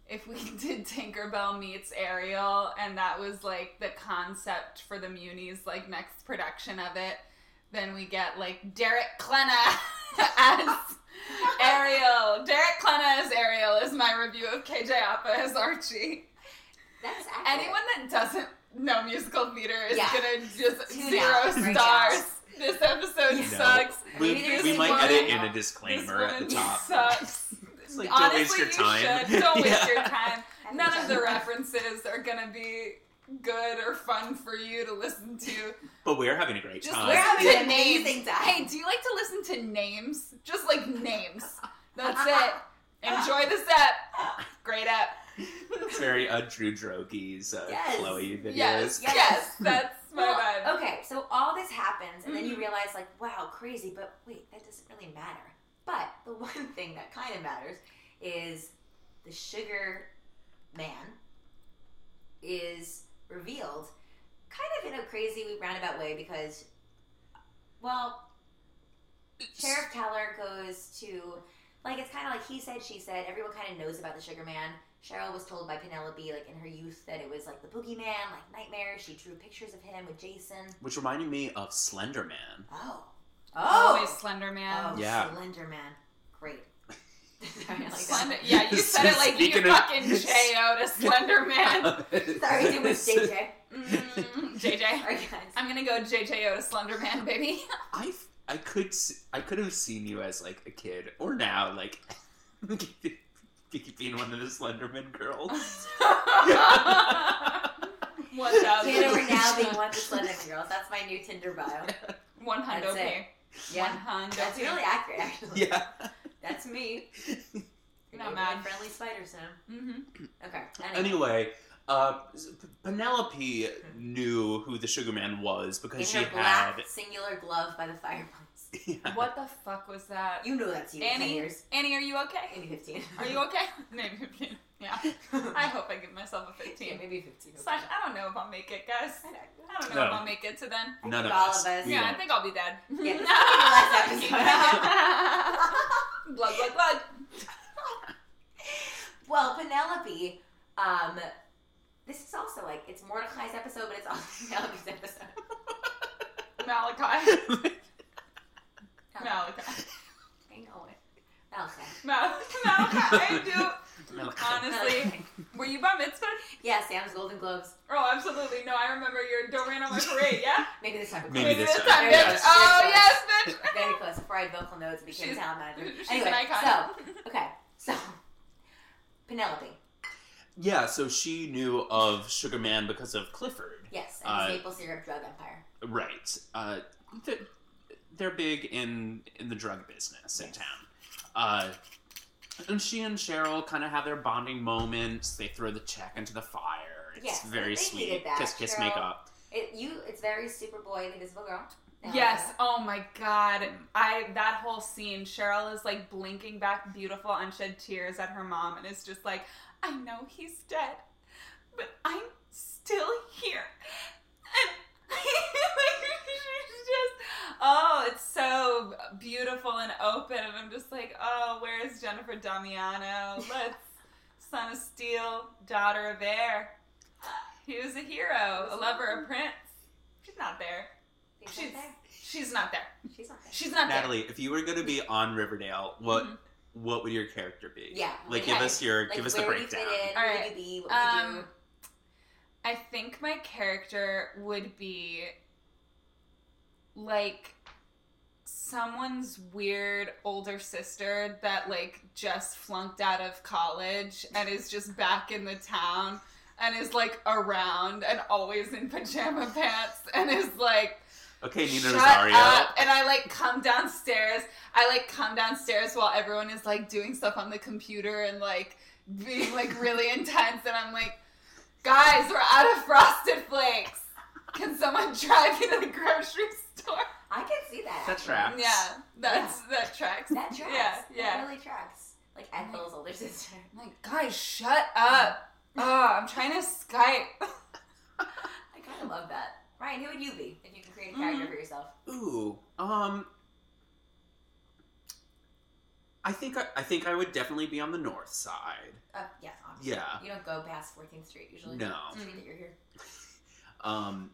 If we did Tinkerbell meets Ariel, and that was like the concept for the Muni's like next production of it, then we get like Derek Klena as Ariel. Derek Klena as Ariel is my review of KJ Appa as Archie. That's accurate. Anyone that doesn't know musical theater is Yeah. gonna just Tune zero out right now. stars. This episode No. sucks. We, Maybe there's we a might woman- edit in a This disclaimer at woman the top. sucks. It's like, don't Honestly, waste your you time. should. Don't waste Yeah. your time. I think None of that's the accurate. references are gonna be good or fun for you to listen to. But we're having a great Just time. We're having an to names. amazing Hey, time. do you like to listen to names? Just like names. That's it. Enjoy this app. Great app. It's very uh, Drew Drogi's uh, Yes. Chloe videos. Yes, Yes. yes, that's my Well, vibe. Okay, so all this happens, and then you realize, like, wow, crazy, but wait, that doesn't really matter. But the one thing that kind of matters is the sugar man is revealed kind of in a crazy roundabout way because, well, Sheriff Keller goes to, like, it's kind of like he said, she said. Everyone kind of knows about the Sugar Man. Cheryl was told by Penelope, like, in her youth, that it was like the boogeyman, like nightmares. She drew pictures of him with Jason. Which reminded me of Slender Man. Oh. Always Oh. Slender Man. Oh, Yeah. Slender Man. Great. Sorry, I like Slender, that. yeah, you said it like you Speaking of- fucking J.O. to Slender Man. Sorry, it was JJ. Mm, JJ. Sorry, guys. I'm gonna go JJO to Slender Man, baby. I, I could s- I could have seen you as like a kid or now like being one of the Slenderman girls. One thousand. Kid over now being one of the Slender Man girls. That's my new Tinder bio. One hundo That's it. pay. One Yeah. hundo That's pay. really accurate, actually. yeah, That's me. You're not mad. Friendly spider sim. hmm Okay. Anyway, uh, P- Penelope knew who the Sugar Man was In her because she black had. singular glove by the fireplace. Yeah. What the fuck was that? You know that's you. in 10 Annie? years. Annie, are you okay? Maybe 15. Are you okay? Maybe 15. Yeah. I hope I give myself a 15. Yeah, maybe 15. okay. Slash, I don't know if I'll make it, guys. I don't know. I don't know No. if I'll make it to then. I None think of all us. of us. We Yeah, I don't. think I'll be dead. Yeah, this is the last episode. glug, glug, glug. Well, Penelope, um, this is also like it's Mordecai's episode, but it's also Penelope's episode. Malachi. Mal- Malachi. I know it. Malachi. Mal- Malachi. I No. do. Honestly, were you by mitzvah? Yeah, Sam's Golden Globes. Oh, absolutely. No, I remember your don't ran on my parade, yeah? Maybe this time. we're Maybe close. this it's time, a yes. bitch. Oh, yes, bitch. Very close. Before I had vocal notes, and became She's- talent manager. She's anyway, an icon. so okay, so Penelope. Yeah, so she knew of Sugar Man because of Clifford. Yes, and his Uh, maple syrup drug empire. Right. Uh, th- they're big in in the drug business in Yes. town. Uh, and she and Cheryl kind of have their bonding moments. They throw the check into the fire. It's Yes, very they sweet. needed that, kiss, kiss, Cheryl. make up. It, you, it's very Superboy, the Invisible Girl. Now, Yes. Oh my God. I that whole scene. Cheryl is like blinking back beautiful unshed tears at her mom, and is just like, "I know he's dead, but I'm still here." And she's just, oh, it's so beautiful and open, and I'm just like, oh, where's Jennifer Damiano? Let's son of steel, daughter of air. He was a hero, a lover, a prince. She's not there. She's She's not there. she's not there. She's not there. She's not there. Natalie, if you were going to be on Riverdale, what Mhm. what would your character be? Yeah. Like, Okay. give us your Like, give us the where would breakdown. You fit in, All Who would right. you be? What would you Um, do? I think my character would be like someone's weird older sister that like just flunked out of college and is just back in the town and is like around and always in pajama pants and is like Okay, Nina Shut Rosario. up. And I like come downstairs. I like come downstairs while everyone is like doing stuff on the computer and like being like really intense. And I'm like, guys, we're out of frosted flakes. Can someone drive me to the grocery store? I can see that. That actually. tracks. Yeah, that's that tracks. That tracks. Yeah, yeah. That really tracks. Like Ethel's older sister. I'm like, guys, shut up. Oh, I'm trying to Skype. I kind of love that. Ryan, who would you be if you could create a character Mhm. for yourself? Ooh. Um. I think I, I think I would definitely be on the north side. Uh, yes, obviously. Yeah. You don't go past 14th Street usually. No. It's the Street that you're here. Um.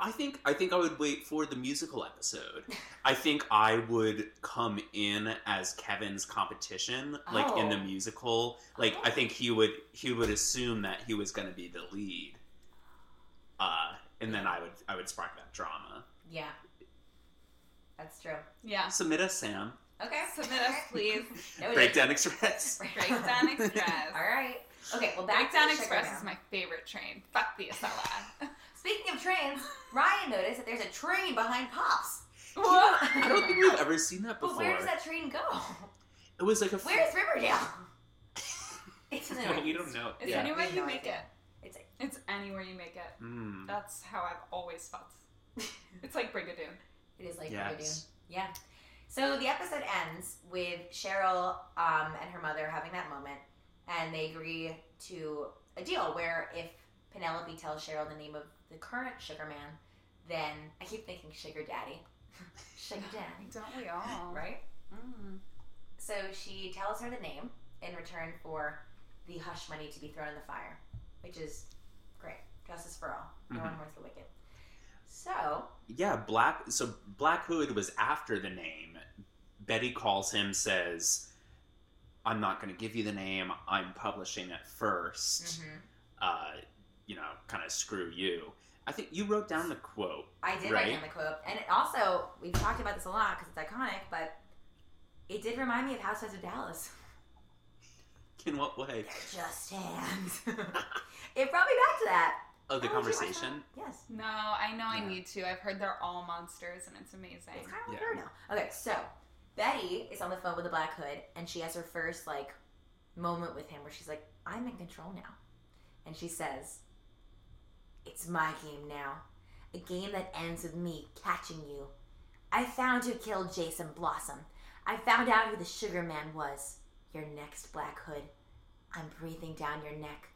I think I think I would wait for the musical episode. I think I would come in as Kevin's competition, like in the Oh. musical. Like I think he would he would assume that he was going to be the lead, uh, and then I would I would spark that drama. Yeah. That's true. Yeah. Submit us, Sam. Okay. Submit us, please. No, Breakdown Express. Breakdown Express. All right. Okay, well, back Breakdown to the Express sugar is now. my favorite train. Fuck the SLI. Speaking of trains, Ryan noticed that there's a train behind Pops. What? I don't think we've ever seen that But before. where does that train go? It was like a. Where's Riverdale? It's in Well, you don't know. It's yeah. anywhere No you make idea. it. It's like- It's anywhere you make it. Oh, Mm. That's how I've always felt. It's like Brigadoon. It is like Yes. Brigadoon. Yeah. So the episode ends with Cheryl um, and her mother having that moment, and they agree to a deal where if Penelope tells Cheryl the name of the current sugar man, then I keep thinking sugar daddy, sugar daddy, Don't we all? right? Mm. So she tells her the name in return for the hush money to be thrown in the fire, which is great. Justice for all. No one mourns the wicked. So Yeah, Black. So Black Hood was after the name. Betty calls him, says, "I'm not going to give you the name. I'm publishing it 1st mhm. Uh, you know, kind of screw you." I think you wrote down the quote. I did write Right. down the quote, and it also we've talked about this a lot because it's iconic, but it did remind me of Housewives of Dallas. In what way? They're just hands. it brought me back to that. Of the How would you like conversation. that? Yes, No, I know I Yeah. need to. I've heard they're all monsters and it's amazing. it's kind of like Yeah. her now. Okay, so Betty is on the phone with the Black Hood, and she has her first like moment with him where she's like, "I'm in control now," and she says, "It's my game now, a game that ends with me catching you." I found who killed Jason Blossom. I found out who the sugar man was. Your next Black Hood. I'm breathing down your neck.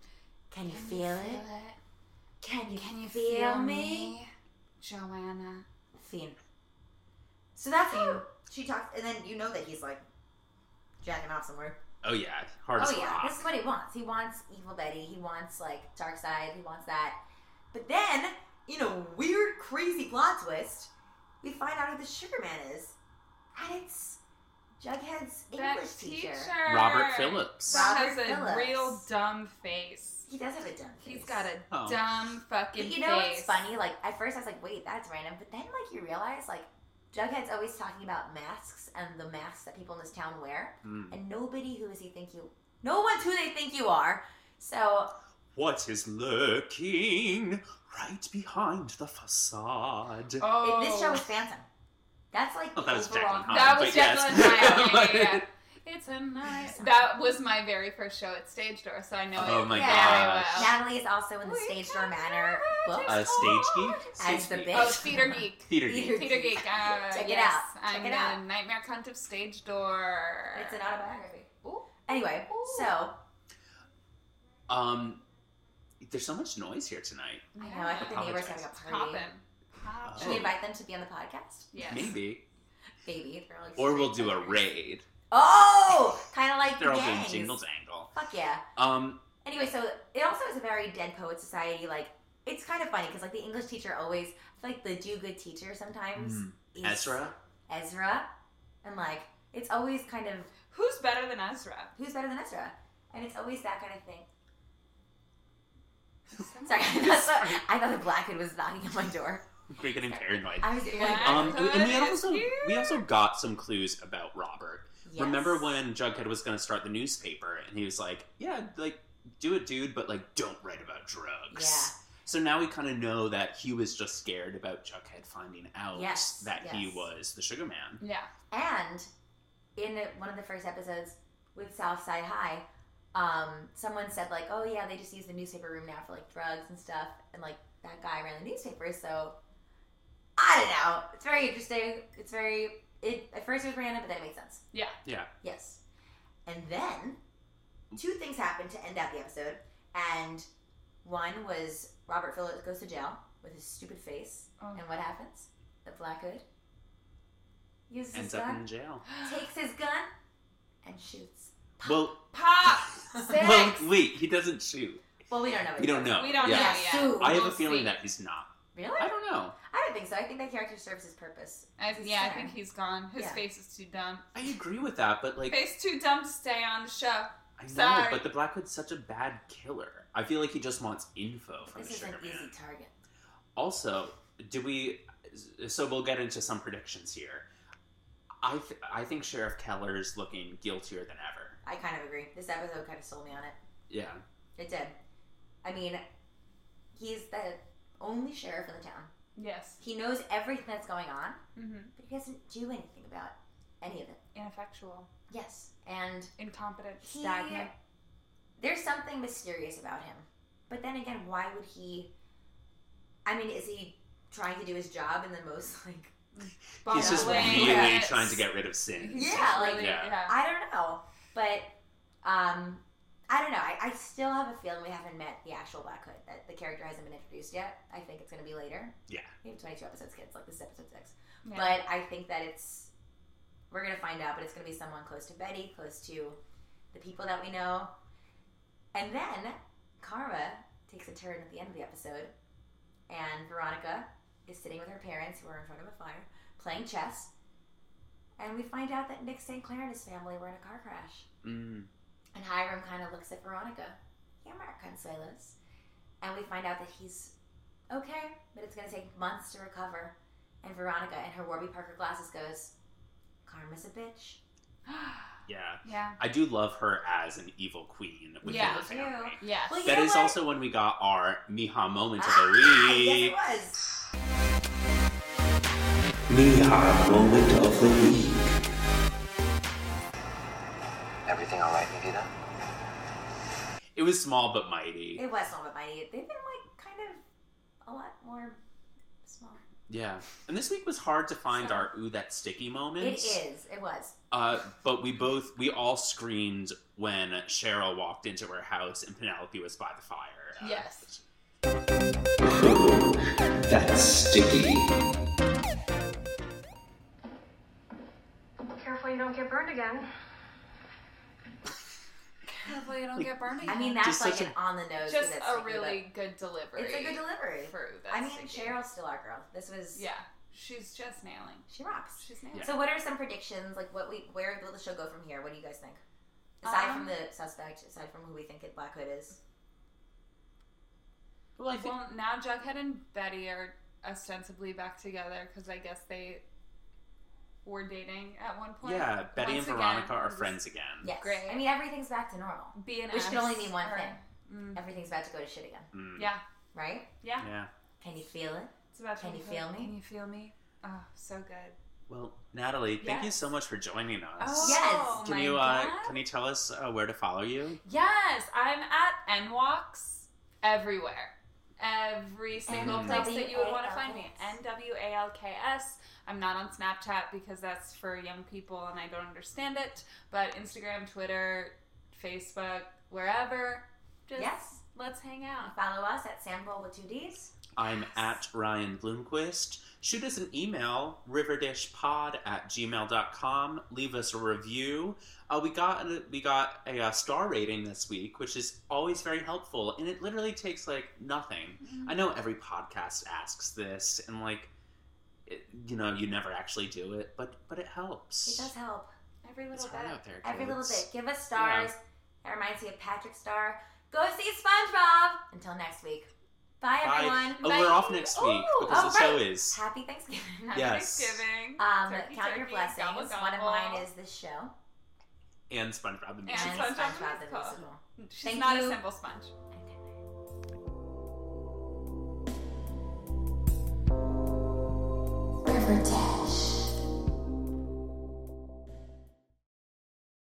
Can you feel it? Can you, Can you feel, feel me? me? Joanna. Fiend. So that's how she talks, and then you know that he's like jacking off somewhere. Oh yeah, hard as oh yeah, rock. this is what he wants. He wants evil Betty. He wants like dark side. He wants that. But then, in a weird, crazy plot twist, we find out who the sugar man is, and it's Jughead's That English teacher. Robert Phillips. Rob- has Robert a Phillips. real dumb face. He does have a dumb face. He's got a Oh. dumb fucking But you know face. what's funny? Like at first I was like, wait, that's random. But then like you realize like Jughead's always talking about masks and the masks that people in this town wear, Mm. and nobody who is he think you, no one's who they think you are. So What is lurking right behind the facade? Oh. if this show is Phantom. That's like Oh, that was the overall. Jekyll and That Hyde, was but yes. Jekyll and Hyde. Yeah, yeah, But- It's a night. That was my very first show at Stage Door, so I know Oh it my very gosh. well. Natalie is also in the We Stage can Door Manor have book. it. Uh, stage geek? As Stage the geek. bitch. Oh, it's Peter Geek. Theater Peter geek. Peter Geek. Uh, Check it yes, out. Check I'm it the out. nightmare cunt of Stage Door. It's an autobiography. Ooh. Anyway, Ooh. so Um, there's so much noise here tonight. I know, I think the neighbor's having a It's party. Poppin'. Poppin'. should we invite them to be on the podcast? Yes. Maybe, Maybe they're like or we'll do a raid. Oh, kind of like They're all doing gangs. jingle jangle. Fuck yeah. Um, Anyway, so it also is a very Dead Poet Society. Like, it's kind of funny because like the English teacher always, I feel like the do good teacher sometimes mm, is Ezra. Ezra, and like it's always kind of Who's better than Ezra? who's better than Ezra, and it's always that kind of thing. Someone- Sorry, I thought, I thought the black kid was knocking on my door. We're getting paranoid. I was really Yeah. Um, Blackwood and we is also here. we also got some clues about Robert. Yes. Remember when Jughead was going to start the newspaper and he was like, "Yeah, like do it, dude, but like don't write about drugs." Yeah. So now we kind of know that he was just scared about Jughead finding out Yes, that he yes. was the Sugar Man. Yeah. And in the, one of the first episodes with Southside High, um, someone said like, "Oh yeah, they just use the newspaper room now for like drugs and stuff," and like that guy ran the newspaper. So I don't know. It's very interesting. It's very. It at first it was random, but then it made sense. Yeah. Yeah. Yes. And then two things happened to end out the episode, and one was Robert Phillips goes to jail with his stupid face, Oh. and what happens? The Black Hood uses his Ends gun up in jail. takes his gun and shoots. Well, Pop. Six. well, wait, he doesn't shoot. Well, we don't know. what We don't he does. know. We don't Yeah. know yet. Sue. I have We'll a feeling see. that he's not. really? I don't know. I don't think so. I think that character serves his purpose. I, He's yeah, I there. think he's gone. His Yeah. face is too dumb. I agree with that, but like Face too dumb to stay on the show. I know, Sorry. but the Black Hood's such a bad killer. I feel like he just wants info from This the is an Sugar Man. easy target. Also, do we? So we'll get into some predictions here. I th- I think Sheriff Keller's looking guiltier than ever. I kind of agree. This episode kind of sold me on it. Yeah, It did. I mean, he's the only sheriff in the town. Yes. He knows everything that's going on, Mm-hmm. but he doesn't do anything about any of it. Ineffectual. Yes, and Incompetent. He- Stagnant. there's something mysterious about him. But then again, why would he? I mean, is he trying to do his job in the most like? he's just way. really Yes. trying to get rid of sin. He's Yeah, just like- really- Yeah. yeah. I don't know, but um, I don't know. I, I still have a feeling we haven't met the actual Black Hood. That the character hasn't been introduced yet. I think it's going to be later. Yeah. we have 22 episodes, kids. Like this is episode six, Yeah. but I think that it's we're going to find out. But it's going to be someone close to Betty, close to the people that we know, and then Karma takes a turn at the end of the episode, and Veronica is sitting with her parents who are in front of a fire playing chess. And we find out that Nick St. Clair and his family were in a car crash. Mm. And Hiram kind of looks at Veronica. Yeah, Mark Consuelos. And we find out that he's okay, but it's going to take months to recover. And Veronica, in her Warby Parker glasses, goes, Karma's a bitch. Yeah, yeah. I do love her as an evil queen within Yeah. the family. Yes. Well, That You know is what? also when we got our Miha moment of the Ah, yes, week. it was. Mihar moment of the week. Everything all right, Nikita? It was small but mighty. It was Small But Mighty. They've been, like, kind of a lot more small. Yeah, and this week was hard to find So- our ooh that sticky moment. It is. It was. Uh, but we both we all screamed when Cheryl walked into her house and Penelope was by the fire. Uh, Yes. That's sticky. Careful you don't get burned again. Hopefully you don't get burned I mean, that's, Just like, such an an- on-the-nose. just that's a sneaky, but- really good delivery. It's a good delivery. for that I mean, sticky. Cheryl's still our girl. This was Yeah. She's just nailing. She rocks. She's nailing. So, what are some predictions? Like, what we where will the show go from here? What do you guys think? Aside Um, from the suspect, aside from who we think it Black Hood is, Well, I think Well, now Jughead and Betty are ostensibly back together because I guess they were dating at one point. yeah, Betty Once and again, Veronica are this- friends again. yes. Great. I mean, everything's back to normal. B and Which can S only mean one are- thing. Mm, Everything's about to go to shit again, Mm, yeah, right? yeah, yeah. Can you feel it? It's about Can to you be- feel me? Can you feel me? Oh, so good. Well, Natalie, thank you Yes. so much for joining us. Oh, yes. Can my you uh, God. can you tell us uh, where to follow you? Yes, I'm at NWalks everywhere. Every single place that you would want to find me. N W A L K S. I'm not on Snapchat because that's for young people and I don't understand it. But Instagram, Twitter, Facebook, wherever. Just Yes. let's hang You out. Follow us at Sandbowl with two D's. I'm at Ryan Bloomquist. Shoot us an email, riverdishpod at gmail.com. Leave us a review. Uh, we got a, we got a, uh star rating this week, which is always very helpful, and it literally takes like nothing. I know every podcast asks this, and like, it, you know, you never actually do it, but but it It helps. does help. Every It's little hard bit. out there. Every little kids. bit. Give us stars. That reminds me of Patrick Star. Go see SpongeBob. Until next week. Bye, Bye. everyone. Oh, Bye. we're off next week Oh, because oh, the show right. is. Happy Thanksgiving. Yes. Thanksgiving. Um, Turkey, count your turkey, blessings. gobble, One of gobble. mine is this show And SpongeBob the And Musical. and SpongeBob the SpongeBob the Musical. musical. She's Thank not you. a simple sponge. Riverdale.